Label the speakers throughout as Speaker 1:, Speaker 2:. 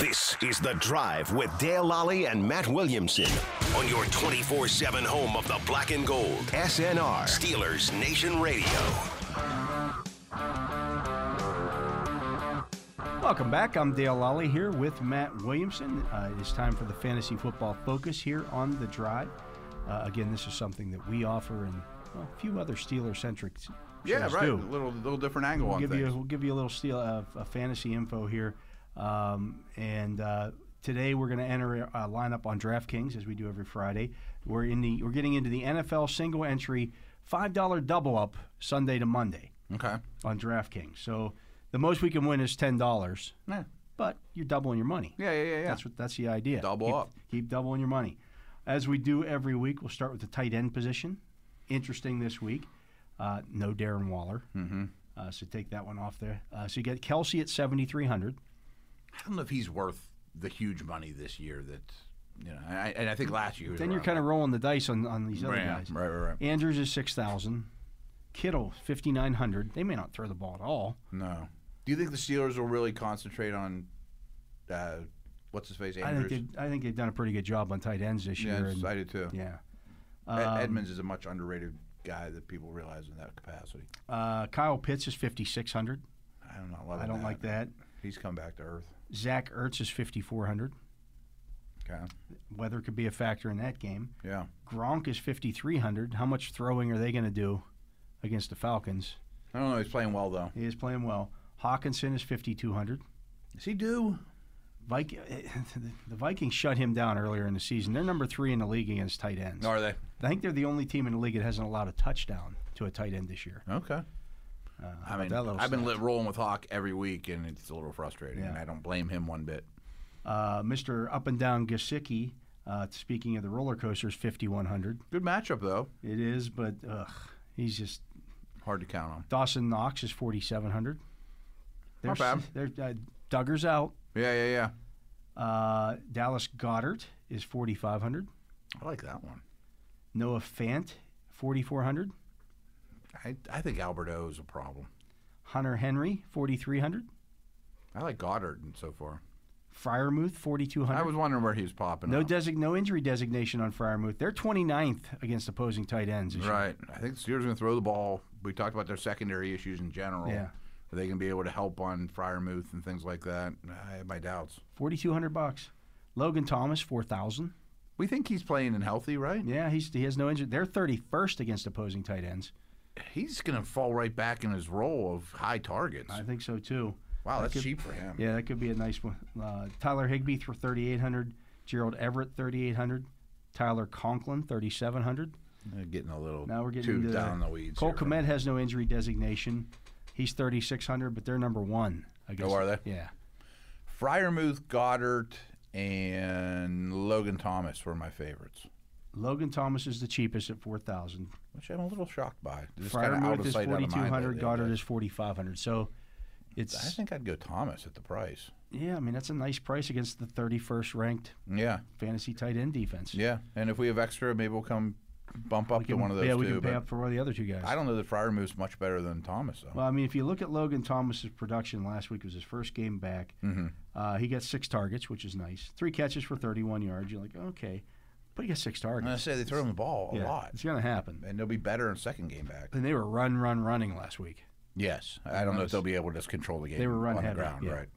Speaker 1: This is The Drive with Dale Lally and Matt Williamson on your 24 7 home of the black and gold. SNR, Steelers Nation Radio.
Speaker 2: Welcome back. I'm Dale Lally here with Matt Williamson. Uh, it is time for the fantasy football focus here on the drive. Uh, again, this is something that we offer and well, a few other Steeler centric shows
Speaker 3: Yeah, right.
Speaker 2: do.
Speaker 3: A little little different angle
Speaker 2: We'll
Speaker 3: on
Speaker 2: give
Speaker 3: things.
Speaker 2: you we'll give you a little steel of uh, fantasy info here, um, and uh, today we're going to enter a a lineup on DraftKings as we do every Friday. We're in the we're getting into the NFL single entry five dollar double up Sunday to Monday
Speaker 3: okay.
Speaker 2: on DraftKings. So the most we can win is ten dollars,
Speaker 3: Yeah.
Speaker 2: but you're doubling your money.
Speaker 3: Yeah, yeah, yeah, yeah.
Speaker 2: That's what that's the idea.
Speaker 3: Double
Speaker 2: keep,
Speaker 3: up.
Speaker 2: Keep doubling your money. As we do every week, we'll start with the tight end position. Interesting this week. Uh, no Darren Waller. Mm-hmm. Uh, so take that one off there. Uh, so you get Kelsey at 7,300.
Speaker 3: I don't know if he's worth the huge money this year. That you know, and I, and I think last year. he was
Speaker 2: Then you're
Speaker 3: around
Speaker 2: kind of
Speaker 3: that.
Speaker 2: rolling the dice on, on these other
Speaker 3: Right,
Speaker 2: guys.
Speaker 3: right, right, right.
Speaker 2: Andrews is 6,000. Kittle, 5,900. They may not throw the ball at all.
Speaker 3: No. Do you think the Steelers will really concentrate on uh, what's his face
Speaker 2: I think,
Speaker 3: Andrews?
Speaker 2: they've, I think they've done a pretty good job on tight ends this
Speaker 3: yeah,
Speaker 2: year.
Speaker 3: it's-
Speaker 2: and-
Speaker 3: I do too.
Speaker 2: yeah.
Speaker 3: Ed-
Speaker 2: Um,
Speaker 3: Edmonds is a much underrated guy that people realize in that capacity.
Speaker 2: Uh, Kyle Pitts is 5,600.
Speaker 3: I don't know. love
Speaker 2: I don't like that.
Speaker 3: He's come back to earth.
Speaker 2: Zach Ertz is 5,400.
Speaker 3: Okay.
Speaker 2: Weather could be a factor in that game.
Speaker 3: Yeah.
Speaker 2: Gronk is 5,300. How much throwing are they going to do against the Falcons?
Speaker 3: I don't know. He's playing well though.
Speaker 2: He is playing well. Hawkinson is 5,200.
Speaker 3: Is he due?
Speaker 2: Vik- eh, the Vikings shut him down earlier in the season. They're number three in the league against tight ends.
Speaker 3: Are they?
Speaker 2: I think they're the only team in the league that hasn't allowed a touchdown to a tight end this year.
Speaker 3: Okay.
Speaker 2: Uh, how
Speaker 3: I
Speaker 2: about
Speaker 3: mean,
Speaker 2: that little
Speaker 3: I've been
Speaker 2: stat?
Speaker 3: li- rolling with Hawk every week, and it's a little frustrating.
Speaker 2: Yeah.
Speaker 3: And I don't blame him one bit.
Speaker 2: uh, Mr. Up and Down Gasicki. Uh, speaking of the roller coasters, 5,100.
Speaker 3: Good matchup though.
Speaker 2: It is, but ugh, he's just
Speaker 3: Hard to count on.
Speaker 2: Dawson Knox is 4,700.
Speaker 3: Not
Speaker 2: They're s- They're, uh, Duggar's out.
Speaker 3: Yeah, yeah, yeah.
Speaker 2: Uh, Dallas Goddard is 4,500.
Speaker 3: I like that one.
Speaker 2: Noah Fant, 4,400.
Speaker 3: I, I think Albert O is a problem.
Speaker 2: Hunter Henry, 4,300.
Speaker 3: I like Goddard and so far.
Speaker 2: Fryermuth,
Speaker 3: I
Speaker 2: 4,200.
Speaker 3: was wondering where he was popping.
Speaker 2: No,
Speaker 3: up.
Speaker 2: desig- no injury designation on Fryermuth. They're 29th against opposing tight ends. this year.
Speaker 3: Right. I think the Steelers are going to throw the ball. We talked about their secondary issues in general.
Speaker 2: Yeah.
Speaker 3: Are they going to be able to help on Fryermuth and things like that? I have my doubts.
Speaker 2: 4,200 bucks. Logan Thomas, 4,000.
Speaker 3: We think he's playing and healthy, right?
Speaker 2: Yeah, he's, he has no injury. They're 31st against opposing tight ends.
Speaker 3: He's going to fall right back in his role of high targets.
Speaker 2: I think so, too.
Speaker 3: wow, that's
Speaker 2: could-
Speaker 3: cheap for him.
Speaker 2: Yeah, that could be a nice one. Uh, Tyler Higbee for 3,800. Gerald Everett, 3,800. Tyler Conklin, 3,700.
Speaker 3: Uh, Getting a little
Speaker 2: Now we're
Speaker 3: too
Speaker 2: getting into
Speaker 3: down the weeds.
Speaker 2: Cole
Speaker 3: here.
Speaker 2: Komet has no injury designation. He's 3,600, but they're number one. Against,
Speaker 3: Oh, are they?
Speaker 2: Yeah.
Speaker 3: Fryermuth, Goddard, and Logan Thomas were my favorites,
Speaker 2: Logan Thomas is the cheapest at 4,000.
Speaker 3: which I'm a little shocked by. Just kinda out
Speaker 2: Fryermuth
Speaker 3: of
Speaker 2: is
Speaker 3: sight, out of mind
Speaker 2: 4,200.
Speaker 3: lately,
Speaker 2: Goddard
Speaker 3: but
Speaker 2: is 4,500. So it's,
Speaker 3: I think I'd go Thomas at the price.
Speaker 2: yeah, I mean, that's a nice price against the 31st ranked
Speaker 3: Yeah,
Speaker 2: fantasy tight end defense.
Speaker 3: yeah. And if we have extra, maybe we'll come bump up
Speaker 2: We can-
Speaker 3: to one of those
Speaker 2: yeah, we
Speaker 3: two.
Speaker 2: can pay
Speaker 3: but
Speaker 2: up for one of the other two guys.
Speaker 3: I don't know that Fryermuth's much better than Thomas though.
Speaker 2: Well, I mean, if you look at Logan Thomas's production last week, it was his first game back.
Speaker 3: Mhm.
Speaker 2: Uh, he got six targets, which is nice. Three catches for 31 yards. You're like, okay, but he got six
Speaker 3: And I
Speaker 2: targets.
Speaker 3: say they throw him the ball a
Speaker 2: Yeah,
Speaker 3: lot,
Speaker 2: It's gonna happen.
Speaker 3: and they'll be better in second game back.
Speaker 2: And they were run, run, running last week.
Speaker 3: Yes, I don't know if they'll be able to just control the game.
Speaker 2: They were run
Speaker 3: on
Speaker 2: heavy,
Speaker 3: the ground,
Speaker 2: yeah.
Speaker 3: right?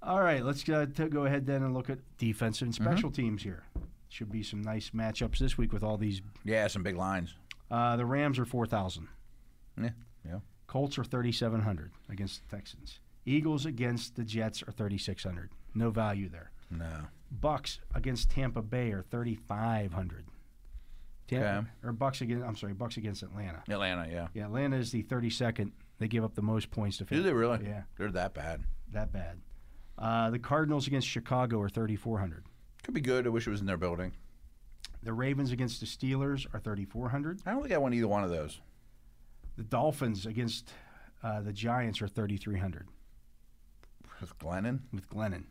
Speaker 2: All right, let's uh, t- go ahead then and look at defense and special
Speaker 3: Mm-hmm.
Speaker 2: teams here. Should be some nice matchups this week with all these.
Speaker 3: Yeah, some big lines.
Speaker 2: Uh, the Rams are 4,000.
Speaker 3: Yeah, yeah.
Speaker 2: Colts are 3,700 against the Texans. Eagles against the Jets are 3,600. No value there.
Speaker 3: No.
Speaker 2: Bucks against Tampa Bay are 3,500. Tampa,
Speaker 3: Okay.
Speaker 2: Or Bucks against, I'm sorry, Bucks against Atlanta.
Speaker 3: Atlanta, yeah.
Speaker 2: Yeah, Atlanta is the 32nd. They give up the most points to
Speaker 3: Do they really?
Speaker 2: Yeah.
Speaker 3: They're that bad.
Speaker 2: That bad. Uh, the Cardinals against Chicago are 3,400.
Speaker 3: Could be good. I wish it was in their building.
Speaker 2: The Ravens against the Steelers are 3,400.
Speaker 3: I don't think I want either one of those.
Speaker 2: The Dolphins against uh, the Giants are 3,300
Speaker 3: With Glennon,
Speaker 2: with Glennon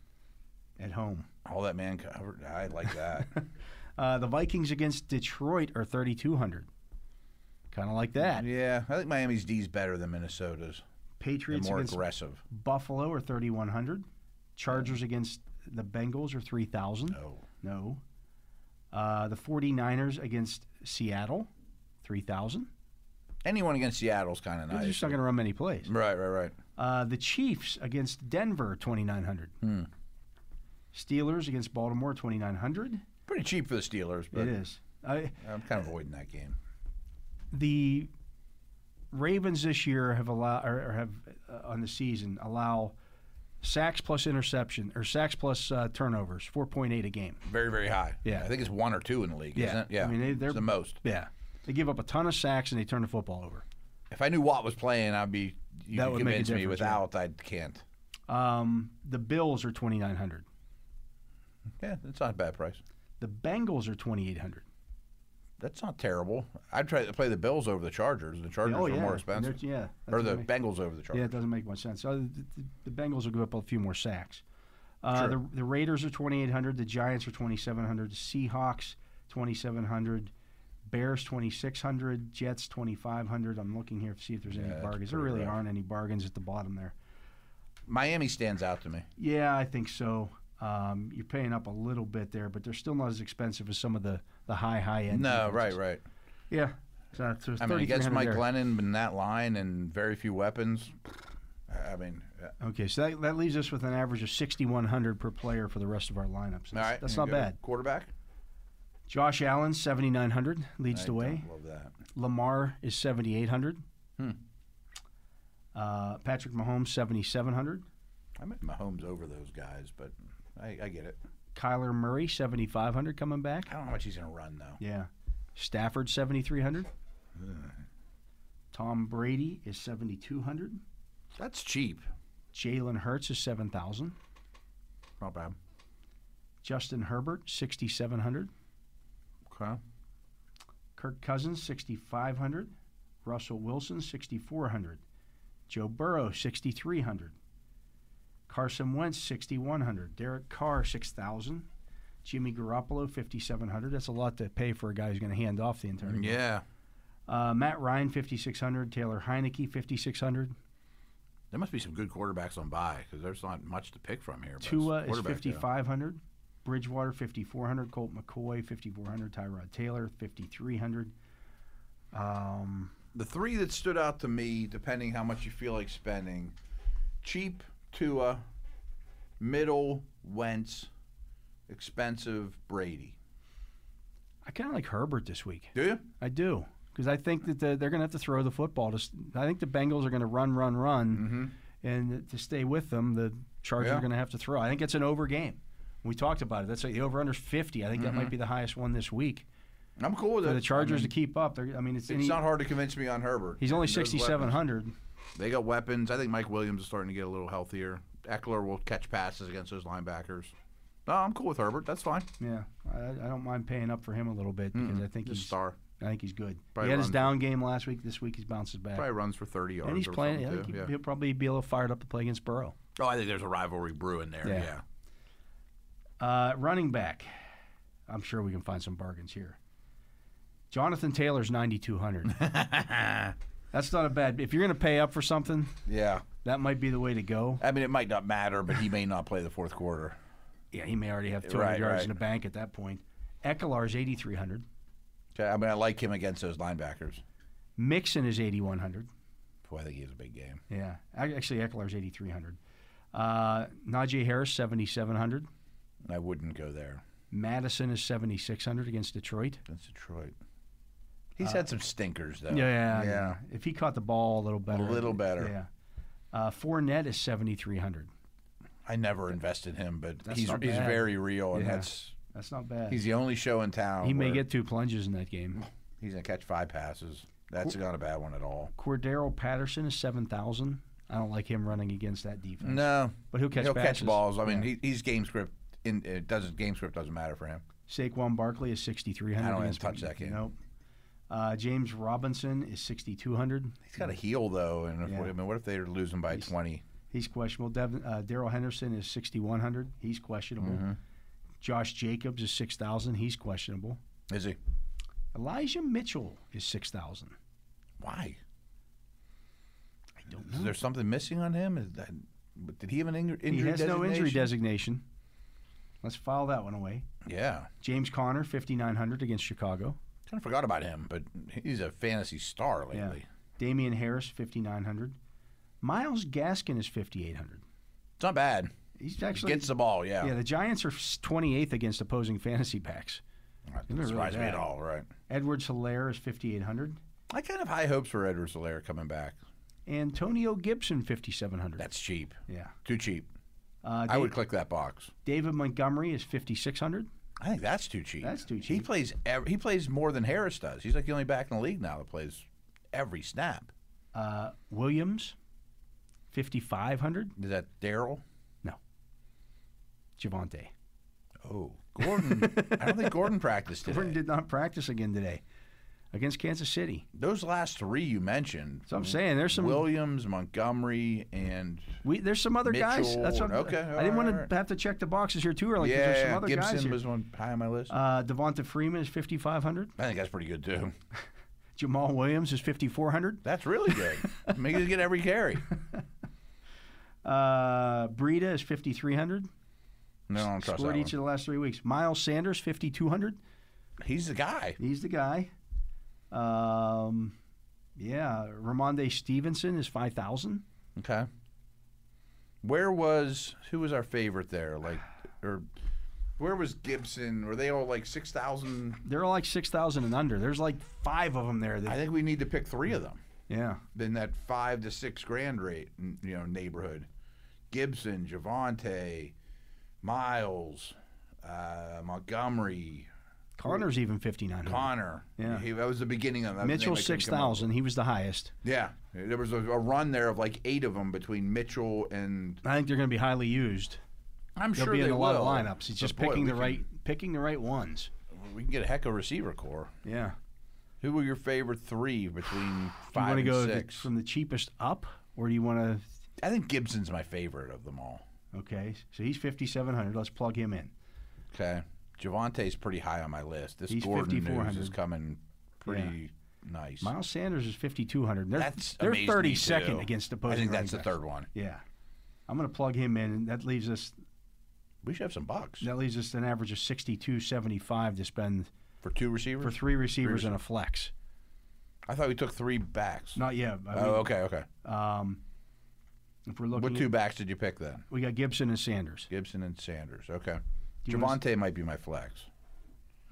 Speaker 2: at home.
Speaker 3: all that man covered. I like that.
Speaker 2: Uh, the Vikings against Detroit are 3,200. Kind of like that.
Speaker 3: yeah, I think Miami's D's better than Minnesota's. They're
Speaker 2: Patriots
Speaker 3: more
Speaker 2: against
Speaker 3: aggressive.
Speaker 2: Buffalo are 3,100. Chargers against the Bengals are 3,000.
Speaker 3: No.
Speaker 2: No. Uh, the 49ers against Seattle, 3,000.
Speaker 3: Anyone against Seattle's kind of
Speaker 2: They're
Speaker 3: nice. Mm.
Speaker 2: just not going to run many plays.
Speaker 3: Right, right, right.
Speaker 2: Uh, the Chiefs against Denver, 2,900. Steelers against Baltimore, 2,900.
Speaker 3: Pretty cheap for the Steelers, but
Speaker 2: It is. I,
Speaker 3: I'm kind of avoiding that game.
Speaker 2: the Ravens this year have allow or, or have uh, on the season allow sacks plus interception or sacks plus uh, turnovers, 4.8 a game.
Speaker 3: Very, very high.
Speaker 2: Yeah.
Speaker 3: I think it's one or two in the league,
Speaker 2: Yeah.
Speaker 3: isn't it? Yeah.
Speaker 2: I mean, they-
Speaker 3: It's
Speaker 2: they're-
Speaker 3: the most.
Speaker 2: Yeah. They give up a ton of sacks and they turn the football over.
Speaker 3: If I knew Watt was playing, I'd be. You
Speaker 2: That
Speaker 3: could
Speaker 2: would make a
Speaker 3: convince me.
Speaker 2: difference, yeah.
Speaker 3: Without, I can't.
Speaker 2: Um, the Bills are 2,900.
Speaker 3: Yeah, that's not a bad price.
Speaker 2: The Bengals are 2,800.
Speaker 3: That's not terrible. I'd try to play the Bills over the Chargers. The Chargers
Speaker 2: oh,
Speaker 3: are
Speaker 2: yeah.
Speaker 3: more
Speaker 2: And they're-
Speaker 3: expensive.
Speaker 2: yeah. that
Speaker 3: or
Speaker 2: doesn't
Speaker 3: the
Speaker 2: make-
Speaker 3: Bengals over the
Speaker 2: yeah,
Speaker 3: Chargers.
Speaker 2: it doesn't make much sense. So the, the- the Bengals will give up a few more sacks. Uh, the, the Raiders are 2,800. The Giants are 2,700. The Seahawks, 2,700. Bears, 2,600. Jets, 2,500. I'm looking here to see if there's any
Speaker 3: that's
Speaker 2: bargains. There
Speaker 3: pretty
Speaker 2: really
Speaker 3: rough.
Speaker 2: aren't any bargains at the bottom there.
Speaker 3: Miami stands out to me.
Speaker 2: Yeah, I think so. Um, you're paying up a little bit there, but they're still not as expensive as some of the, the high, high end.
Speaker 3: No,
Speaker 2: defenses.
Speaker 3: right, right.
Speaker 2: Yeah. So, so it's
Speaker 3: I mean, against
Speaker 2: 3,300
Speaker 3: Mike
Speaker 2: there.
Speaker 3: Glennon and that line and very few weapons. I mean, uh,
Speaker 2: Okay, so that, that leaves us with an average of 6,100 per player for the rest of our lineups. That's,
Speaker 3: all right.
Speaker 2: that's
Speaker 3: you
Speaker 2: not
Speaker 3: go.
Speaker 2: bad.
Speaker 3: Quarterback?
Speaker 2: Josh Allen, 7,900, leads
Speaker 3: I
Speaker 2: the
Speaker 3: don't Hmm.
Speaker 2: way.
Speaker 3: Love that.
Speaker 2: Lamar is 7,800. Uh, Patrick Mahomes, 7,700.
Speaker 3: I meant Mahomes over those guys, but I, I get it.
Speaker 2: Kyler Murray, 7,500 coming back.
Speaker 3: I don't know how much he's going to run, though.
Speaker 2: Yeah. Stafford, 7,300. Tom Brady is 7,200.
Speaker 3: That's cheap.
Speaker 2: Jalen Hurts is 7,000.
Speaker 3: Not bad.
Speaker 2: Justin Herbert, 6,700.
Speaker 3: Okay.
Speaker 2: Kirk Cousins, 6,500. Russell Wilson, 6,400. Joe Burrow, 6,300. Carson Wentz, 6,100. Derek Carr, 6,000. Jimmy Garoppolo, 5,700. That's a lot to pay for a guy who's going to hand off the entire. game.
Speaker 3: Mm, Yeah.
Speaker 2: Uh, Matt Ryan, 5,600. Taylor Heineke, 5,600.
Speaker 3: There must be some good quarterbacks on by because there's not much to pick from here. but
Speaker 2: Tua
Speaker 3: it's
Speaker 2: is
Speaker 3: quarterback, yeah.
Speaker 2: 5,500. Bridgewater, 5,400. Colt McCoy, 5,400. Tyrod Taylor, 5,300. Um,
Speaker 3: The three that stood out to me, depending how much you feel like spending, cheap Tua, middle Wentz, expensive Brady.
Speaker 2: I kind of like Herbert this week.
Speaker 3: Do you?
Speaker 2: I do because I think that the, they're going to have to throw the football. To, s- I think the Bengals are going to run, run, run, and to stay with them, the Chargers
Speaker 3: Mm-hmm. Yeah.
Speaker 2: are going to have to throw. I think it's an over game. We talked about it. That's like the over under's fifty. I think that might be the highest one this week
Speaker 3: I'm cool with
Speaker 2: for
Speaker 3: it.
Speaker 2: the Chargers
Speaker 3: Mm-hmm. I mean,
Speaker 2: to keep up. They're, I mean, it's, and
Speaker 3: it's
Speaker 2: he-
Speaker 3: not hard to convince me on Herbert.
Speaker 2: he's only
Speaker 3: And those
Speaker 2: sixty-seven
Speaker 3: weapons.
Speaker 2: hundred.
Speaker 3: They got weapons. I think Mike Williams is starting to get a little healthier. Eckler will catch passes against those linebackers. No, I'm cool with Herbert. That's fine.
Speaker 2: Yeah, I, I don't mind paying up for him a little bit because I think
Speaker 3: He's a
Speaker 2: he's
Speaker 3: star.
Speaker 2: I think he's good.
Speaker 3: Probably
Speaker 2: he had his
Speaker 3: runs-
Speaker 2: down game last week. This week he's bounces back.
Speaker 3: Probably runs for 30 yards.
Speaker 2: And he's
Speaker 3: or
Speaker 2: playing. I
Speaker 3: something,
Speaker 2: think
Speaker 3: too.
Speaker 2: he-
Speaker 3: Yeah.
Speaker 2: he'll probably be a little fired up to play against Burrow.
Speaker 3: Oh, I think there's a rivalry brewing there.
Speaker 2: Yeah.
Speaker 3: Yeah.
Speaker 2: Uh, running back, I'm sure we can find some bargains here. Jonathan Taylor's 9,200. That's not a bad. If you're going to pay up for something,
Speaker 3: Yeah.
Speaker 2: that might be the way to go.
Speaker 3: I mean, it might not matter, but he may not play the fourth quarter.
Speaker 2: Yeah, he may already have 200
Speaker 3: Right,
Speaker 2: yards
Speaker 3: right.
Speaker 2: in the bank at that point. Ekelar's 8,300.
Speaker 3: Okay, I mean, I like him against those linebackers.
Speaker 2: Mixon is 8,100.
Speaker 3: Boy, I think he has a big game.
Speaker 2: Yeah, Ac- actually Ekelar's 8,300. Uh, Najee Harris 7,700.
Speaker 3: I wouldn't go there.
Speaker 2: Madison is 7,600 against Detroit.
Speaker 3: That's Detroit. He's had some stinkers though.
Speaker 2: Uh, Yeah,
Speaker 3: yeah.
Speaker 2: If he caught the ball a little better,
Speaker 3: little better.
Speaker 2: Yeah. Uh, Fournette is 7,300.
Speaker 3: I never invested him, but
Speaker 2: That's
Speaker 3: he's
Speaker 2: not
Speaker 3: he's
Speaker 2: bad.
Speaker 3: very real, and
Speaker 2: Yeah.
Speaker 3: that's
Speaker 2: That's not bad.
Speaker 3: he's the only show in town.
Speaker 2: he may
Speaker 3: where
Speaker 2: get two plunges in that game.
Speaker 3: he's gonna catch five passes. That's not a bad one at all.
Speaker 2: Cordero Patterson is 7,000. I don't like him running against that defense.
Speaker 3: No,
Speaker 2: But he'll catch
Speaker 3: he'll
Speaker 2: passes.
Speaker 3: catch balls. I mean, he, he's game script. In it doesn't game script doesn't matter for him.
Speaker 2: Saquon Barkley is 6,300.
Speaker 3: I don't even
Speaker 2: against-
Speaker 3: touch that kid.
Speaker 2: Nope. Uh, James Robinson is 6,200.
Speaker 3: He's got a heel though, and if,
Speaker 2: Yeah.
Speaker 3: I mean, what if they're losing by twenty?
Speaker 2: He's questionable. Devin, uh, Daryl Henderson is 6,100. He's questionable.
Speaker 3: Mm-hmm.
Speaker 2: Josh Jacobs is 6,000. He's questionable.
Speaker 3: Is he?
Speaker 2: Elijah Mitchell is 6,000.
Speaker 3: Why?
Speaker 2: I don't
Speaker 3: Is there something missing on him? Is that But did he have an injury?
Speaker 2: He
Speaker 3: injury
Speaker 2: has no injury
Speaker 3: designation?
Speaker 2: designation. Let's file that one away.
Speaker 3: Yeah,
Speaker 2: James Conner, 5,900 against Chicago.
Speaker 3: kind of forgot about him, but he's a fantasy star
Speaker 2: Yeah.
Speaker 3: lately.
Speaker 2: Damian Harris, 5,900. Miles Gaskin is 5,800.
Speaker 3: It's not bad.
Speaker 2: He's
Speaker 3: He
Speaker 2: actually.
Speaker 3: gets the ball. Yeah,
Speaker 2: yeah, the Giants are 28th against opposing fantasy backs.
Speaker 3: that
Speaker 2: really
Speaker 3: doesn't surprise me
Speaker 2: bad.
Speaker 3: at all. Right.
Speaker 2: Edward Hilaire is 5,800.
Speaker 3: I kind of high hopes for Edwards Alaire coming back.
Speaker 2: Antonio Gibson, 5,700.
Speaker 3: That's cheap.
Speaker 2: yeah.
Speaker 3: Too cheap.
Speaker 2: Uh,
Speaker 3: I
Speaker 2: Da-
Speaker 3: would click that box.
Speaker 2: David Montgomery is 5,600.
Speaker 3: I think that's too cheap.
Speaker 2: That's too
Speaker 3: He
Speaker 2: cheap.
Speaker 3: plays ev he plays more than Harris does. He's like the only back in the league now that plays every snap.
Speaker 2: Uh, Williams, 5,500.
Speaker 3: Is that Daryl?
Speaker 2: Javante.
Speaker 3: Oh, Gordon. I don't think Gordon practiced today.
Speaker 2: Gordon did not practice again today against Kansas City.
Speaker 3: Those last three you mentioned.
Speaker 2: So I'm saying there's some
Speaker 3: Williams, Montgomery, and
Speaker 2: we, there's some other guys.
Speaker 3: Mitchell,
Speaker 2: That's what,
Speaker 3: okay,
Speaker 2: I didn't want
Speaker 3: alright.
Speaker 2: to have to check the boxes here too early because there's some
Speaker 3: yeah,
Speaker 2: other guys
Speaker 3: Gibson
Speaker 2: here.
Speaker 3: was one high on my list.
Speaker 2: uh, Devonta Freeman is 5,500.
Speaker 3: I think that's pretty good too.
Speaker 2: Jamal Williams is 5,400.
Speaker 3: That's really good. Make us get every carry.
Speaker 2: Uh, Breida is 5,300.
Speaker 3: No, I don't trust
Speaker 2: Scored
Speaker 3: that
Speaker 2: each
Speaker 3: one.
Speaker 2: of the last three weeks. Miles Sanders 5,200.
Speaker 3: He's the guy.
Speaker 2: He's the guy. Um, yeah, Ramonde Stevenson is 5,000.
Speaker 3: Okay. Where was who was our favorite there? Like, or where was Gibson? Were they all like six thousand?
Speaker 2: They're all like 6,000 and under. There's like five of them there.
Speaker 3: I
Speaker 2: That,
Speaker 3: think we need to pick three of them
Speaker 2: yeah.
Speaker 3: in that five to six grand rate, n- you know, neighborhood. Gibson, Javante, Miles, uh, Montgomery,
Speaker 2: Connor's even 5,900.
Speaker 3: Connor.
Speaker 2: Yeah.
Speaker 3: he, that was the beginning of that. was the
Speaker 2: Mitchell
Speaker 3: name I couldn't come up with.
Speaker 2: 6,000. He was the highest.
Speaker 3: Yeah, there was a, a run there of like eight of them between Mitchell and
Speaker 2: I think they're going to be highly used.
Speaker 3: I'm
Speaker 2: They'll
Speaker 3: sure
Speaker 2: be in
Speaker 3: they
Speaker 2: a lot of
Speaker 3: will.
Speaker 2: lineups. It's just
Speaker 3: But boy,
Speaker 2: picking
Speaker 3: we
Speaker 2: the
Speaker 3: can-
Speaker 2: right picking the right ones.
Speaker 3: We can get a heck of a receiver core.
Speaker 2: Yeah.
Speaker 3: Who were your favorite three between
Speaker 2: Do you
Speaker 3: five
Speaker 2: want to
Speaker 3: and
Speaker 2: go the-
Speaker 3: six?
Speaker 2: from the cheapest up, or do you want
Speaker 3: I think Gibson's my favorite of them all.
Speaker 2: to? Okay, so he's 5,700. Let's plug him in.
Speaker 3: Okay, Javante's pretty high on my list. This
Speaker 2: He's
Speaker 3: Gordon news
Speaker 2: 5,400.
Speaker 3: is coming pretty nice.
Speaker 2: Miles Sanders is 5,200. They're,
Speaker 3: That's
Speaker 2: they're
Speaker 3: amazed me,
Speaker 2: 32nd
Speaker 3: too.
Speaker 2: against the
Speaker 3: I
Speaker 2: opposing
Speaker 3: think
Speaker 2: running
Speaker 3: that's the
Speaker 2: backs.
Speaker 3: third one.
Speaker 2: Yeah. I'm going to plug him in, and that leaves us
Speaker 3: We should have some bucks
Speaker 2: that leaves us an average of 62.75 to spend
Speaker 3: for two receivers.
Speaker 2: for three receivers and a flex.
Speaker 3: I thought we took three backs.
Speaker 2: Not yet. I
Speaker 3: oh, okay, okay.
Speaker 2: mean, um, if we're looking,
Speaker 3: What
Speaker 2: at-
Speaker 3: two backs did you pick then?
Speaker 2: we got Gibson and Sanders.
Speaker 3: Gibson and Sanders. Okay.
Speaker 2: you wanna
Speaker 3: Javante might be my flex.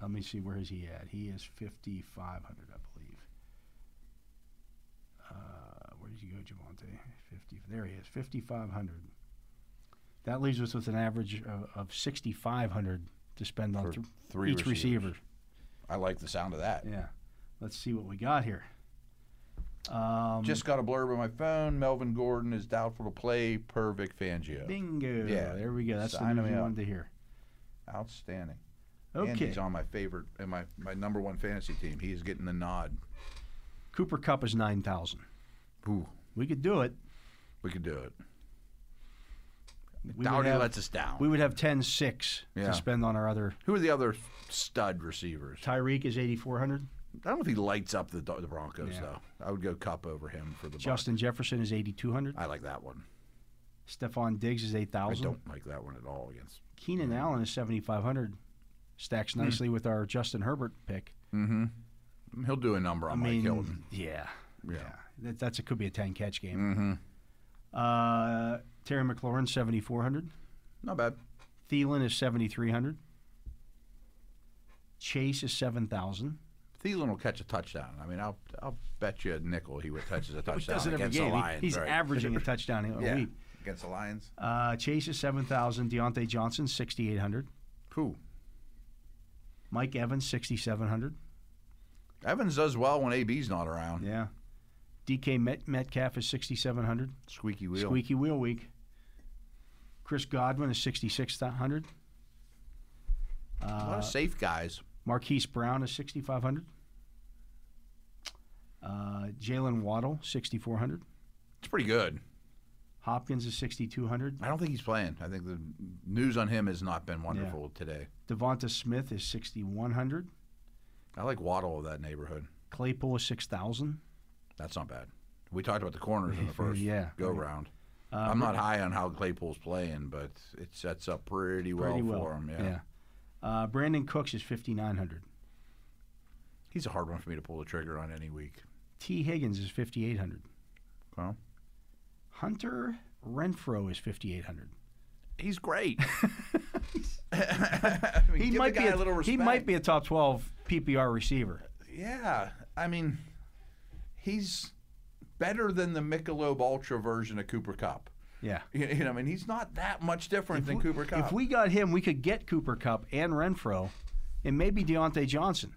Speaker 2: Let me see where is he at. He is 5,500, I believe. Uh, where did you go, Javante? 50. There he is, 5,500. That leaves us with an average of, of 6,500 to spend on
Speaker 3: For
Speaker 2: th-
Speaker 3: three
Speaker 2: each
Speaker 3: receivers.
Speaker 2: receiver.
Speaker 3: I like the sound of that.
Speaker 2: Yeah. Let's see what we got here. Um,
Speaker 3: Just got a blurb on my phone. Melvin Gordon is doubtful to play per Vic Fangio.
Speaker 2: bingo.
Speaker 3: Yeah.
Speaker 2: There we go. That's
Speaker 3: Sign
Speaker 2: the news
Speaker 3: me
Speaker 2: we
Speaker 3: up.
Speaker 2: wanted to hear.
Speaker 3: Outstanding. And
Speaker 2: Okay.
Speaker 3: he's on my favorite and my, my number one fantasy team. He is getting the nod.
Speaker 2: Cooper Cup is 9,000.
Speaker 3: Ooh,
Speaker 2: We could do it.
Speaker 3: we could do it.
Speaker 2: We would
Speaker 3: Dowdy
Speaker 2: have-
Speaker 3: lets us down.
Speaker 2: We would have 10 6
Speaker 3: Yeah.
Speaker 2: to spend on our other.
Speaker 3: Who are the other stud receivers? I
Speaker 2: Tyreek is 8,400.
Speaker 3: don't know if he lights up the, the Broncos
Speaker 2: Yeah.
Speaker 3: though. I would go Cup over him for the
Speaker 2: Justin Jefferson is 8,200.
Speaker 3: Bucs. I like that one.
Speaker 2: Stephon Diggs is
Speaker 3: I
Speaker 2: 8,000.
Speaker 3: don't like that one at all against.
Speaker 2: Keenan Allen is 7,500. Stacks
Speaker 3: Hmm.
Speaker 2: nicely with our Justin Herbert pick.
Speaker 3: Mm-hmm. He'll do a number
Speaker 2: I
Speaker 3: on Mike Hilton.
Speaker 2: mean, yeah.
Speaker 3: Yeah.
Speaker 2: That, that's it. Could be a 10 catch game.
Speaker 3: Mm-hmm.
Speaker 2: Uh, Terry McLaurin, 7,400.
Speaker 3: Not bad.
Speaker 2: Thielen is 7,300. Chase is 7,000.
Speaker 3: Thielen will catch a touchdown. I mean, I'll I'll bet you a nickel he would touches a touchdown
Speaker 2: Does it every
Speaker 3: against the
Speaker 2: game. He-
Speaker 3: Lions.
Speaker 2: he's
Speaker 3: right?
Speaker 2: averaging a touchdown a
Speaker 3: yeah.
Speaker 2: week.
Speaker 3: against the Lions.
Speaker 2: Uh, Chase is 7,000. Deontay Johnson, 6,800.
Speaker 3: Who?
Speaker 2: Mike Evans, 6,700.
Speaker 3: Evans does well when AB's not around.
Speaker 2: Yeah. DK Met- Metcalf is 6,700.
Speaker 3: Squeaky wheel.
Speaker 2: Squeaky wheel week. Chris Godwin is 6,600.
Speaker 3: A
Speaker 2: uh,
Speaker 3: lot of safe guys.
Speaker 2: Marquise Brown is 6,500. Uh, Jalen Waddle, 6,400.
Speaker 3: It's pretty good.
Speaker 2: Hopkins is 6,200.
Speaker 3: I don't think he's playing. I think the news on him has not been wonderful today.
Speaker 2: Devonta Smith is 6,100.
Speaker 3: I like Waddle of that neighborhood.
Speaker 2: Claypool is 6,000.
Speaker 3: That's not bad. We talked about the corners in the first
Speaker 2: Yeah. Uh,
Speaker 3: go round. I'm not high on how Claypool's playing, but it sets up pretty well,
Speaker 2: pretty well.
Speaker 3: for him. Yeah.
Speaker 2: Uh, Brandon Cooks is 5,900.
Speaker 3: he's a hard one for me to pull the trigger on any week.
Speaker 2: T. Higgins is 5,800.
Speaker 3: Well,
Speaker 2: Hunter Renfro is 5,800.
Speaker 3: he's great. I mean, give the guy
Speaker 2: be
Speaker 3: a little
Speaker 2: he
Speaker 3: respect.
Speaker 2: might be a top 12 PPR receiver.
Speaker 3: Yeah, I mean, he's better than the Michelob Ultra version of Cooper Cup.
Speaker 2: Yeah.
Speaker 3: You, you know, I mean, he's not that much different than Cooper Cup.
Speaker 2: If we got him, we could get Cooper Cup and Renfro, and maybe Deontay Johnson.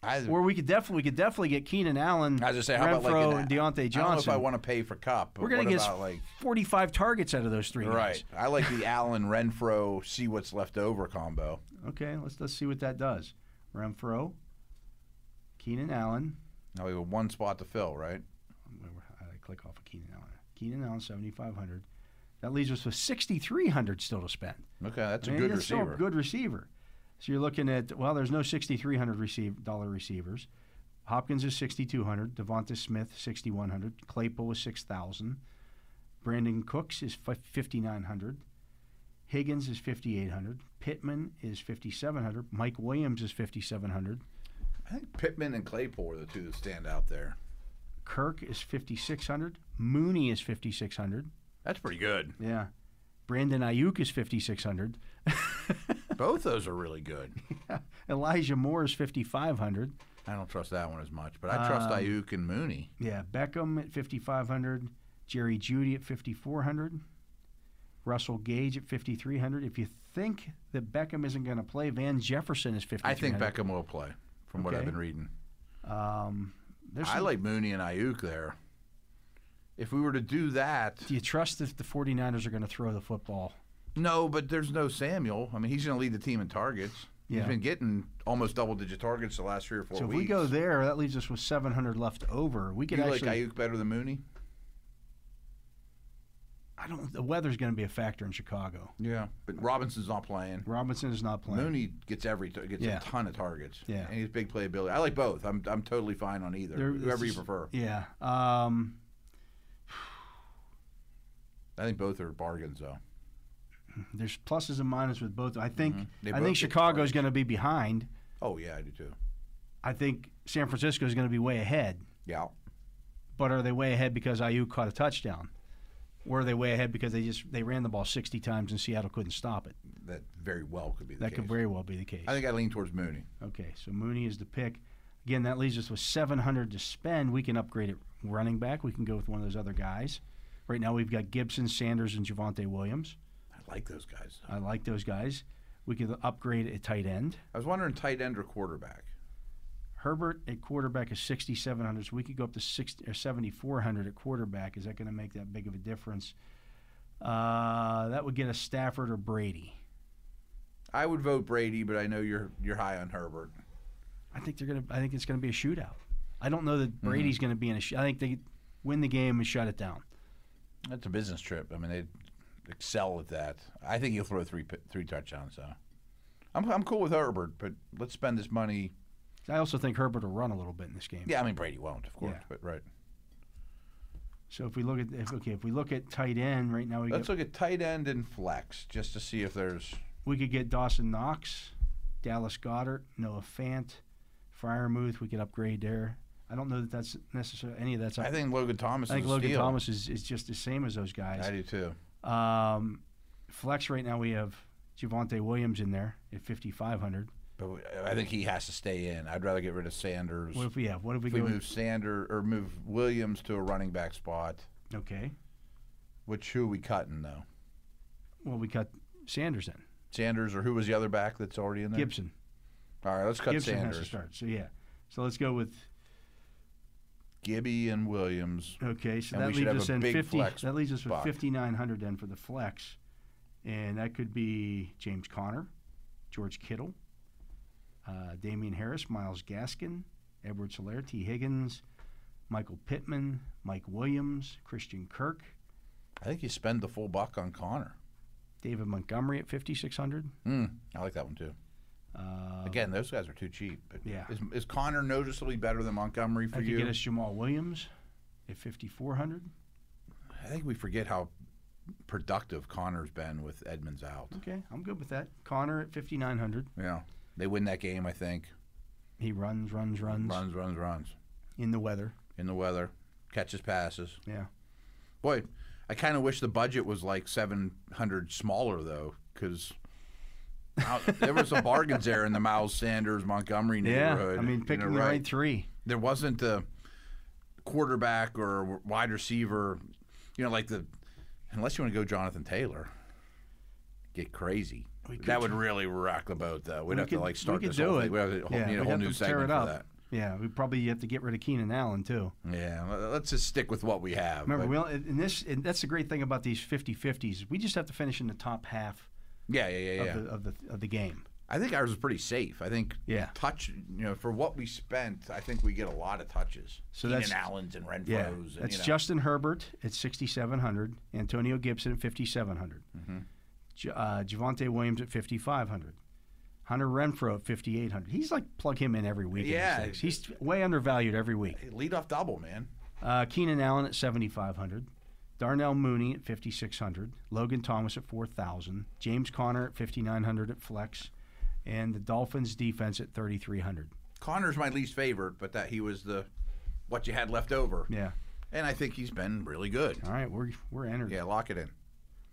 Speaker 3: I,
Speaker 2: Or we could definitely we could definitely get Keenan Allen,
Speaker 3: I was just say, how
Speaker 2: Renfro,
Speaker 3: about like an-
Speaker 2: and Deontay Johnson.
Speaker 3: I don't know if I want to pay for Cup. But
Speaker 2: We're gonna
Speaker 3: what
Speaker 2: get
Speaker 3: about like
Speaker 2: 45 targets out of those three. guys.
Speaker 3: right. I like the Allen Renfro see what's left over combo.
Speaker 2: Okay. Let's let's see what that does. Renfro, Keenan Allen.
Speaker 3: Now we have one spot to fill, right?
Speaker 2: Where- where- how did I click off of Keenan Allen. Keenan Allen 7,500. That leaves us with 6,300 still to spend.
Speaker 3: Okay, that's a
Speaker 2: Man,
Speaker 3: good
Speaker 2: that's still a
Speaker 3: receiver.
Speaker 2: good receiver. So you're looking at well, there's no 6,300 receive, dollar receivers. Hopkins is 6,200. Devonta Smith 6,100. Claypool is 6,000. Brandon Cooks is fi- 5,900. Higgins is 5,800. Pittman is 5,700. Mike Williams is 5,700.
Speaker 3: I think Pittman and Claypool are the two that stand out there.
Speaker 2: Kirk is 5,600. Mooney is 5,600.
Speaker 3: That's pretty good.
Speaker 2: Yeah. Brandon Ayuk is 5,600.
Speaker 3: Both those are really good.
Speaker 2: Elijah Moore is 5,500.
Speaker 3: I don't trust that one as much, but I trust
Speaker 2: Um,
Speaker 3: Ayuk and Mooney.
Speaker 2: Yeah, Beckham at 5,500, Jerry Judy at 5,400, Russell Gage at 5,300. If you think that Beckham isn't going to play, Van Jefferson is 5,300.
Speaker 3: I think Beckham will play, from what I've
Speaker 2: Okay.
Speaker 3: been reading.
Speaker 2: Um, there's
Speaker 3: I
Speaker 2: some-
Speaker 3: like Mooney and Ayuk there. If we were to do that,
Speaker 2: Do you trust that the 49ers are going to throw the football?
Speaker 3: no, but there's no Samuel. I mean, he's going to lead the team in targets.
Speaker 2: Yeah.
Speaker 3: He's been getting almost double-digit targets the last three or four
Speaker 2: So if
Speaker 3: weeks.
Speaker 2: we go there, that leaves us with 700 left over. We
Speaker 3: Do
Speaker 2: could
Speaker 3: you
Speaker 2: actually.
Speaker 3: like Ayuk better than Mooney?
Speaker 2: I don't. The weather's going to be a factor in Chicago.
Speaker 3: Yeah, but Robinson's not playing.
Speaker 2: Robinson is not playing.
Speaker 3: Mooney gets every tar- gets
Speaker 2: Yeah.
Speaker 3: a ton of targets.
Speaker 2: Yeah.
Speaker 3: and he's big playability. I like both. I'm I'm totally fine on either.
Speaker 2: There-
Speaker 3: whoever you
Speaker 2: this is-
Speaker 3: prefer.
Speaker 2: Yeah. Um,
Speaker 3: I think both are bargains though.
Speaker 2: there's pluses and minuses with both. I think.
Speaker 3: Mm-hmm. They
Speaker 2: I
Speaker 3: both
Speaker 2: think
Speaker 3: get
Speaker 2: Chicago's going to be behind.
Speaker 3: Oh yeah, I do too.
Speaker 2: I think San Francisco is going to be way ahead.
Speaker 3: Yeah,
Speaker 2: But are they way ahead because IU caught a touchdown? Or are they way ahead because they just they ran the ball 60 times and Seattle couldn't stop it?
Speaker 3: that very well could be the
Speaker 2: That
Speaker 3: case.
Speaker 2: could very well be the case.
Speaker 3: I think I lean towards Mooney.
Speaker 2: Okay, so Mooney is the pick. Again, that leaves us with 700 to spend. We can upgrade it running back. We can go with one of those other guys. Right now, we've got Gibson, Sanders, and Javante Williams.
Speaker 3: I like those guys.
Speaker 2: I like those guys. We could upgrade at tight end.
Speaker 3: I was wondering tight end or quarterback.
Speaker 2: Herbert at quarterback is 6,700, so we could go up to 60 or 7,400 at quarterback. Is that going to make that big of a difference? Uh, that would get us Stafford or Brady.
Speaker 3: I would vote Brady, but I know you're you're high on Herbert.
Speaker 2: I think they're going to. I think it's going to be a shootout. I don't know that Brady's going to be in a. Sh- I think they win the game and shut it down.
Speaker 3: That's a business trip. I mean, they excel at that. I think he'll throw three pi- three touchdowns though. I'm I'm cool with Herbert, but let's spend this money.
Speaker 2: I also think Herbert will run a little bit in this game.
Speaker 3: Yeah, I mean Brady won't, of course,
Speaker 2: Yeah.
Speaker 3: but right.
Speaker 2: So if we look at if, okay, if we look at tight end right now, we
Speaker 3: Let's
Speaker 2: get,
Speaker 3: look at tight end and flex just to see if there's.
Speaker 2: we could get Dawson Knox, Dallas Goddard, Noah Fant, Fryermuth. We could upgrade there. I don't know that that's necessarily any of that's.
Speaker 3: I think Logan Thomas.
Speaker 2: I think
Speaker 3: is a
Speaker 2: Logan
Speaker 3: steal.
Speaker 2: Thomas is, is just the same as those
Speaker 3: I
Speaker 2: guys.
Speaker 3: do too.
Speaker 2: Um, flex right now we have Javante Williams in there at 5,500.
Speaker 3: But w- I think he has to stay in. I'd rather get rid of Sanders.
Speaker 2: What if we have? What if we
Speaker 3: if we
Speaker 2: go?
Speaker 3: move Sander or move Williams to a running back spot,
Speaker 2: Okay.
Speaker 3: which who are we cutting though?
Speaker 2: Well, we cut Sanders in.
Speaker 3: Sanders or who was the other back that's already in there?
Speaker 2: Gibson.
Speaker 3: All right, let's cut
Speaker 2: Gibson has to
Speaker 3: Sanders.
Speaker 2: start. So yeah. So let's go with
Speaker 3: Gibby and Williams.
Speaker 2: okay. So
Speaker 3: And we
Speaker 2: that
Speaker 3: should
Speaker 2: leaves
Speaker 3: have
Speaker 2: us
Speaker 3: a
Speaker 2: in
Speaker 3: big
Speaker 2: 50.
Speaker 3: flex
Speaker 2: That leaves us with
Speaker 3: box.
Speaker 2: 5,900 then for the flex, and that could be James Conner, George Kittle, uh, Damian Harris, Miles Gaskin, Edward Solaire, T. Higgins, Michael Pittman, Mike Williams, Christian Kirk,
Speaker 3: I think you spend the full buck on Connor.
Speaker 2: David Montgomery at 5,600.
Speaker 3: Mm, I like that one too.
Speaker 2: Uh,
Speaker 3: Again, those guys are too cheap. But
Speaker 2: Yeah.
Speaker 3: is, is Connor noticeably better than Montgomery
Speaker 2: I
Speaker 3: for
Speaker 2: could
Speaker 3: you?
Speaker 2: get us Jamal Williams at 5,400.
Speaker 3: I I think we forget how productive Connor's been with Edmonds out.
Speaker 2: Okay, I'm good with that. Connor at 5,900.
Speaker 3: Yeah, they win that game. I think
Speaker 2: He runs, runs, runs
Speaker 3: runs, runs, runs
Speaker 2: in the weather.
Speaker 3: in the weather, catches passes.
Speaker 2: Yeah.
Speaker 3: Boy, I kind of wish the budget was like 700 smaller though, because there was some bargains there in the Miles Sanders Montgomery
Speaker 2: Yeah.
Speaker 3: neighborhood.
Speaker 2: I mean,
Speaker 3: you
Speaker 2: picking
Speaker 3: know,
Speaker 2: the right three.
Speaker 3: there wasn't a quarterback or wide receiver, you know, like the unless you want to go Jonathan Taylor, get crazy. That would really rock the boat, though. We'd
Speaker 2: We
Speaker 3: have
Speaker 2: could-
Speaker 3: to like
Speaker 2: we
Speaker 3: start
Speaker 2: could
Speaker 3: this
Speaker 2: do
Speaker 3: whole
Speaker 2: it.
Speaker 3: thing. We have to,
Speaker 2: Yeah,
Speaker 3: need a
Speaker 2: we'd
Speaker 3: whole
Speaker 2: have
Speaker 3: new
Speaker 2: to tear
Speaker 3: segment
Speaker 2: it
Speaker 3: for
Speaker 2: up.
Speaker 3: that.
Speaker 2: Yeah, we probably have to get rid of Keenan Allen too.
Speaker 3: Yeah, let- let's just stick with what we have.
Speaker 2: Remember,
Speaker 3: but-
Speaker 2: we don't, and this and that's the great thing about these 50-50s. We just have to finish in the top half
Speaker 3: yeah, yeah, yeah, yeah.
Speaker 2: of, the, of the of the game.
Speaker 3: I think ours is pretty safe. I think
Speaker 2: Yeah.
Speaker 3: touch, you know, for what we spent, I think we get a lot of touches.
Speaker 2: So
Speaker 3: Keenan
Speaker 2: that's-
Speaker 3: Allen's and Renfro's. and,
Speaker 2: that's
Speaker 3: you know.
Speaker 2: Justin Herbert at 6,700, Antonio Gibson at 5,700,
Speaker 3: Mm-hmm.
Speaker 2: J- uh, Javante Williams at 5,500, Hunter Renfro at 5,800. He's like plug him in every week. in these
Speaker 3: Yeah.
Speaker 2: things. he's way undervalued every week.
Speaker 3: Hey, lead off double, man.
Speaker 2: Uh, Keenan Allen at 7,500. Darnell Mooney at 5,600. Logan Thomas at 4,000. James Conner at 5,900 at flex. And the Dolphins defense at 3,300.
Speaker 3: Connor's my least favorite, but that he was the what you had left over.
Speaker 2: Yeah.
Speaker 3: And I think he's been really good.
Speaker 2: All right. We're, we're entered.
Speaker 3: Yeah, lock it in.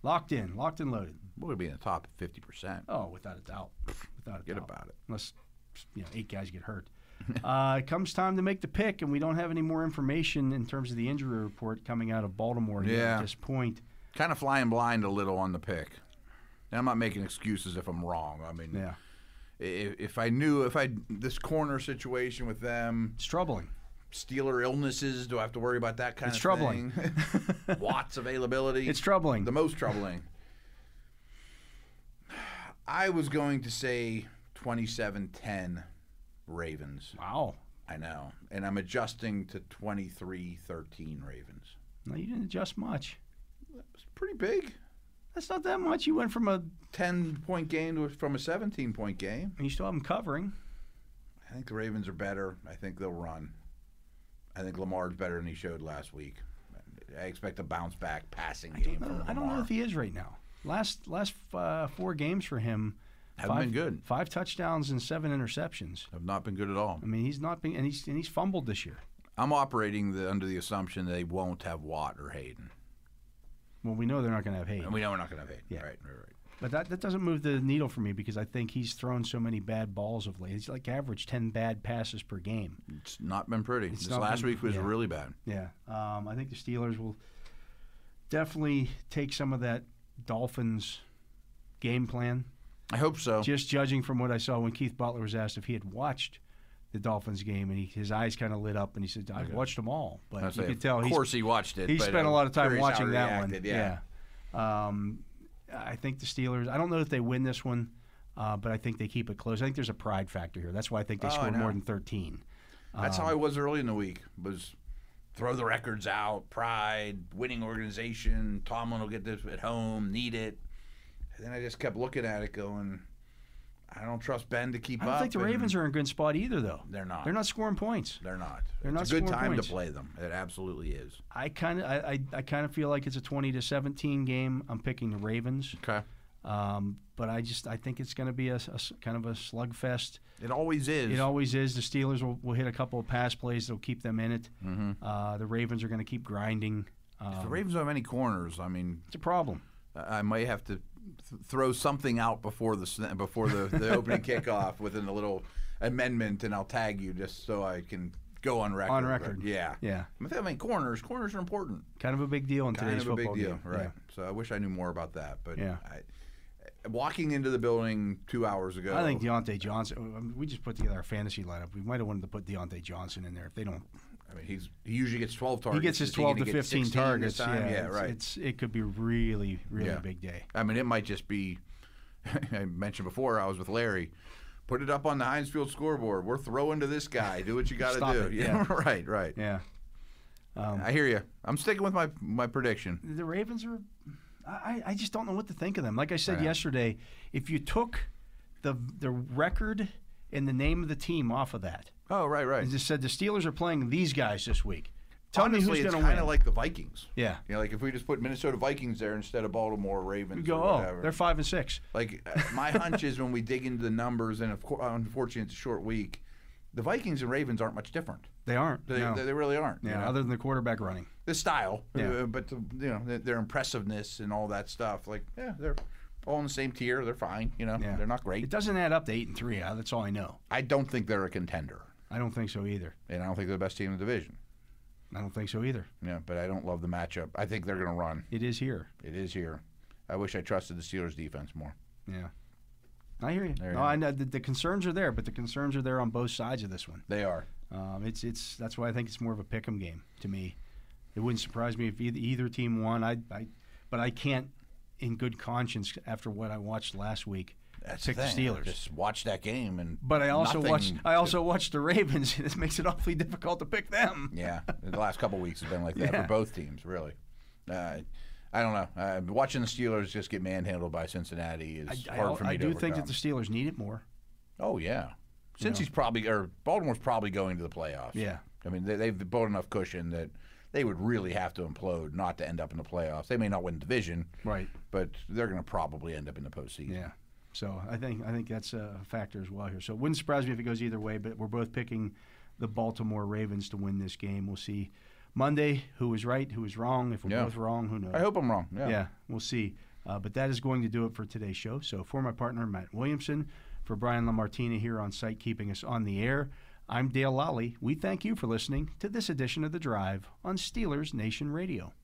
Speaker 2: Locked in. Locked and loaded.
Speaker 3: We're gonna be in the top fifty percent.
Speaker 2: Oh, without a doubt. Without a
Speaker 3: Forget
Speaker 2: doubt.
Speaker 3: about it.
Speaker 2: Unless you know, eight guys get hurt. uh, it comes time to make the pick, and we don't have any more information in terms of the injury report coming out of Baltimore yet
Speaker 3: Yeah.
Speaker 2: at this point.
Speaker 3: Kind of flying blind a little on the pick. And I'm not making excuses if I'm wrong. I mean,
Speaker 2: Yeah.
Speaker 3: i- if, if I knew if I this corner situation with them,
Speaker 2: It's troubling.
Speaker 3: Steeler illnesses, do I have to worry about that kind
Speaker 2: It's
Speaker 3: of
Speaker 2: troubling.
Speaker 3: thing? Watts availability.
Speaker 2: It's troubling.
Speaker 3: The most troubling. I was going to say 27-10 Ravens.
Speaker 2: wow.
Speaker 3: I know. And I'm adjusting to 23 13 Ravens.
Speaker 2: No, you didn't adjust much.
Speaker 3: It's pretty big.
Speaker 2: That's not that much. You went from a,
Speaker 3: 10 point game to, from a 17 point game.
Speaker 2: you still have them covering.
Speaker 3: I think the Ravens are better. I think they'll run. I think Lamar's better than he showed last week. I expect a bounce back passing game from Lamar.
Speaker 2: I don't know if he is right now. Last last uh, four games for him
Speaker 3: Haven't
Speaker 2: five-
Speaker 3: been good.
Speaker 2: Five touchdowns and seven interceptions.
Speaker 3: Have not been good at all.
Speaker 2: I mean, he's not being and he's and he's fumbled this year.
Speaker 3: I'm operating the, under the assumption they won't have Watt or Hayden.
Speaker 2: Well, we know they're not going to have Hayden.
Speaker 3: And we know we're not going to have Hayden.
Speaker 2: Yeah.
Speaker 3: Right, right, right.
Speaker 2: But that, that doesn't move the needle for me because I think he's thrown so many bad balls of late. He's like average 10 bad passes per game.
Speaker 3: It's not been pretty.
Speaker 2: It's
Speaker 3: this
Speaker 2: not
Speaker 3: last
Speaker 2: been-
Speaker 3: week was
Speaker 2: yeah.
Speaker 3: really bad.
Speaker 2: Yeah. Um, I think the Steelers will definitely take some of that Dolphins game plan.
Speaker 3: I hope so.
Speaker 2: Just judging from what I saw when Keith Butler was asked if he had watched the Dolphins game, and he, his eyes kind of lit up, and he said, "I've watched them all," but
Speaker 3: I
Speaker 2: you
Speaker 3: say,
Speaker 2: could tell
Speaker 3: Of
Speaker 2: he's
Speaker 3: course, he watched it.
Speaker 2: he
Speaker 3: but
Speaker 2: spent a
Speaker 3: I'm
Speaker 2: lot of time
Speaker 3: curious how
Speaker 2: watching
Speaker 3: he
Speaker 2: that one.
Speaker 3: reacted, Yeah.
Speaker 2: Yeah. Um, I think the Steelers. I don't know if they win this one, uh, but I think they keep it close. I think there's a pride factor here. That's why I think they
Speaker 3: Oh, I
Speaker 2: scored
Speaker 3: know.
Speaker 2: more than 13.
Speaker 3: That's
Speaker 2: Um,
Speaker 3: how I was early in the week. Was throw the records out, pride, winning organization. Tomlin will get this at home, need it. And then I just kept looking at it, going, I don't trust Ben to keep
Speaker 2: I don't
Speaker 3: up.
Speaker 2: think the Ravens are in a good spot either, though.
Speaker 3: mm. They're not.
Speaker 2: They're not scoring points.
Speaker 3: They're not.
Speaker 2: They're not
Speaker 3: it's a good
Speaker 2: scoring
Speaker 3: time
Speaker 2: points.
Speaker 3: to play them. It absolutely is.
Speaker 2: I kind of I, I, I kind of feel like it's a 20 to 17 game. I'm picking the Ravens,
Speaker 3: Okay.
Speaker 2: um, but I just I think it's going to be a, s- a s- kind of a slugfest.
Speaker 3: It always is.
Speaker 2: It always is. The Steelers will, will hit a couple of pass plays that'll keep them in it.
Speaker 3: Mm-hmm.
Speaker 2: Uh, the Ravens are going to keep grinding.
Speaker 3: if
Speaker 2: Um,
Speaker 3: the Ravens don't have any corners, I mean,
Speaker 2: it's a problem.
Speaker 3: I I might have to th- throw something out before the sna- before the, the opening kickoff within a little amendment, and I'll tag you just so I can go on record.
Speaker 2: On record.
Speaker 3: yeah,
Speaker 2: Yeah.
Speaker 3: I mean, if they have any corners, corners are important.
Speaker 2: Kind of a big deal in
Speaker 3: Kind
Speaker 2: today's
Speaker 3: of a big
Speaker 2: football
Speaker 3: deal,
Speaker 2: game.
Speaker 3: right?
Speaker 2: Yeah.
Speaker 3: So I wish I knew more about that. But
Speaker 2: Yeah.
Speaker 3: I, walking into the building two hours ago,
Speaker 2: I think Deontay Johnson. I mean, we just put together our fantasy lineup. We might have wanted to put Deontay Johnson in there if they don't.
Speaker 3: I mean, he's he usually gets twelve targets.
Speaker 2: He gets his
Speaker 3: Is gonna
Speaker 2: twelve to
Speaker 3: get
Speaker 2: fifteen
Speaker 3: 16
Speaker 2: targets.
Speaker 3: this time?
Speaker 2: Yeah,
Speaker 3: yeah,
Speaker 2: it's,
Speaker 3: right.
Speaker 2: It's it could be really really
Speaker 3: Yeah.
Speaker 2: big day.
Speaker 3: I mean, it might just be. I mentioned before I was with Larry. Put it up on the Heinz Field scoreboard. We're throwing to this guy. Do what you got
Speaker 2: Stop
Speaker 3: to do.
Speaker 2: it, yeah. Um,
Speaker 3: right, right.
Speaker 2: Yeah.
Speaker 3: I hear you. I'm sticking with my my prediction.
Speaker 2: The Ravens are. I, I just don't know what to think of them. Like I said yesterday, if you took the the record and the name of the team off of that
Speaker 3: Oh, right, right.
Speaker 2: and just said the Steelers are playing these guys this week, Tell me
Speaker 3: Honestly,
Speaker 2: who's
Speaker 3: it's
Speaker 2: going to
Speaker 3: kind
Speaker 2: win.
Speaker 3: of like the Vikings.
Speaker 2: yeah.
Speaker 3: You know, like if we just put Minnesota Vikings there instead of Baltimore Ravens
Speaker 2: You go,
Speaker 3: or
Speaker 2: oh,
Speaker 3: whatever.
Speaker 2: they're five and six.
Speaker 3: Like uh, my hunch is when we dig into the numbers, and of course, unfortunately, it's a short week. The Vikings and Ravens aren't much different.
Speaker 2: They aren't.
Speaker 3: They,
Speaker 2: no.
Speaker 3: they, they really aren't. you
Speaker 2: yeah,
Speaker 3: know?
Speaker 2: other than the quarterback running.
Speaker 3: the style,
Speaker 2: Yeah.
Speaker 3: uh, but the, you know their, their impressiveness and all that stuff. Like, yeah, they're all in the same tier. They're fine. You know,
Speaker 2: Yeah.
Speaker 3: they're not
Speaker 2: It
Speaker 3: great.
Speaker 2: doesn't add up to eight and three. uh, That's all I know.
Speaker 3: I don't think they're a contender,
Speaker 2: I don't think so either.
Speaker 3: and I don't think they're the best team in the division.
Speaker 2: I don't think so either.
Speaker 3: Yeah, but I don't love the matchup. I think they're going to run.
Speaker 2: It is here.
Speaker 3: It is here. I wish I trusted the Steelers defense more.
Speaker 2: Yeah. I hear you.
Speaker 3: There you
Speaker 2: no,
Speaker 3: go.
Speaker 2: I know the, the concerns are there, but the concerns are there on both sides of this one.
Speaker 3: They are.
Speaker 2: Um, it's it's that's why I think it's more of a pick'em game to me. It wouldn't surprise me if either, either team won. I, I, but I can't, in good conscience, after what I watched last week, pick the
Speaker 3: thing.
Speaker 2: Steelers.
Speaker 3: Just watch that game and.
Speaker 2: but I also
Speaker 3: nothing-
Speaker 2: watched I also watched the Ravens, and this makes it awfully difficult to pick them.
Speaker 3: Yeah, the last couple weeks has been like that
Speaker 2: Yeah.
Speaker 3: for both teams, really. Uh, I don't know. Uh, watching the Steelers just get manhandled by Cincinnati is
Speaker 2: I,
Speaker 3: hard for
Speaker 2: I,
Speaker 3: me
Speaker 2: I
Speaker 3: to
Speaker 2: do think that
Speaker 3: overcome.
Speaker 2: the Steelers need it more.
Speaker 3: Oh yeah, since he's probably or Baltimore's probably going to the playoffs.
Speaker 2: Yeah.
Speaker 3: I mean they, they've built enough cushion that they would really have to implode not to end up in the playoffs. They may not win the division,
Speaker 2: Right.
Speaker 3: but they're going to probably end up in the postseason.
Speaker 2: Yeah. So I think I think that's a factor as well here. So it wouldn't surprise me if it goes either way, but we're both picking the Baltimore Ravens to win this game. We'll see Monday who is right, who is wrong. If we're
Speaker 3: Yeah.
Speaker 2: both wrong, who knows?
Speaker 3: I hope I'm wrong. Yeah.
Speaker 2: Yeah, we'll see. Uh, but that is going to do it for today's show. So for my partner Matt Williamson, for Brian Lamartina here on site keeping us on the air, I'm Dale Lally. We thank you for listening to this edition of The Drive on Steelers Nation Radio.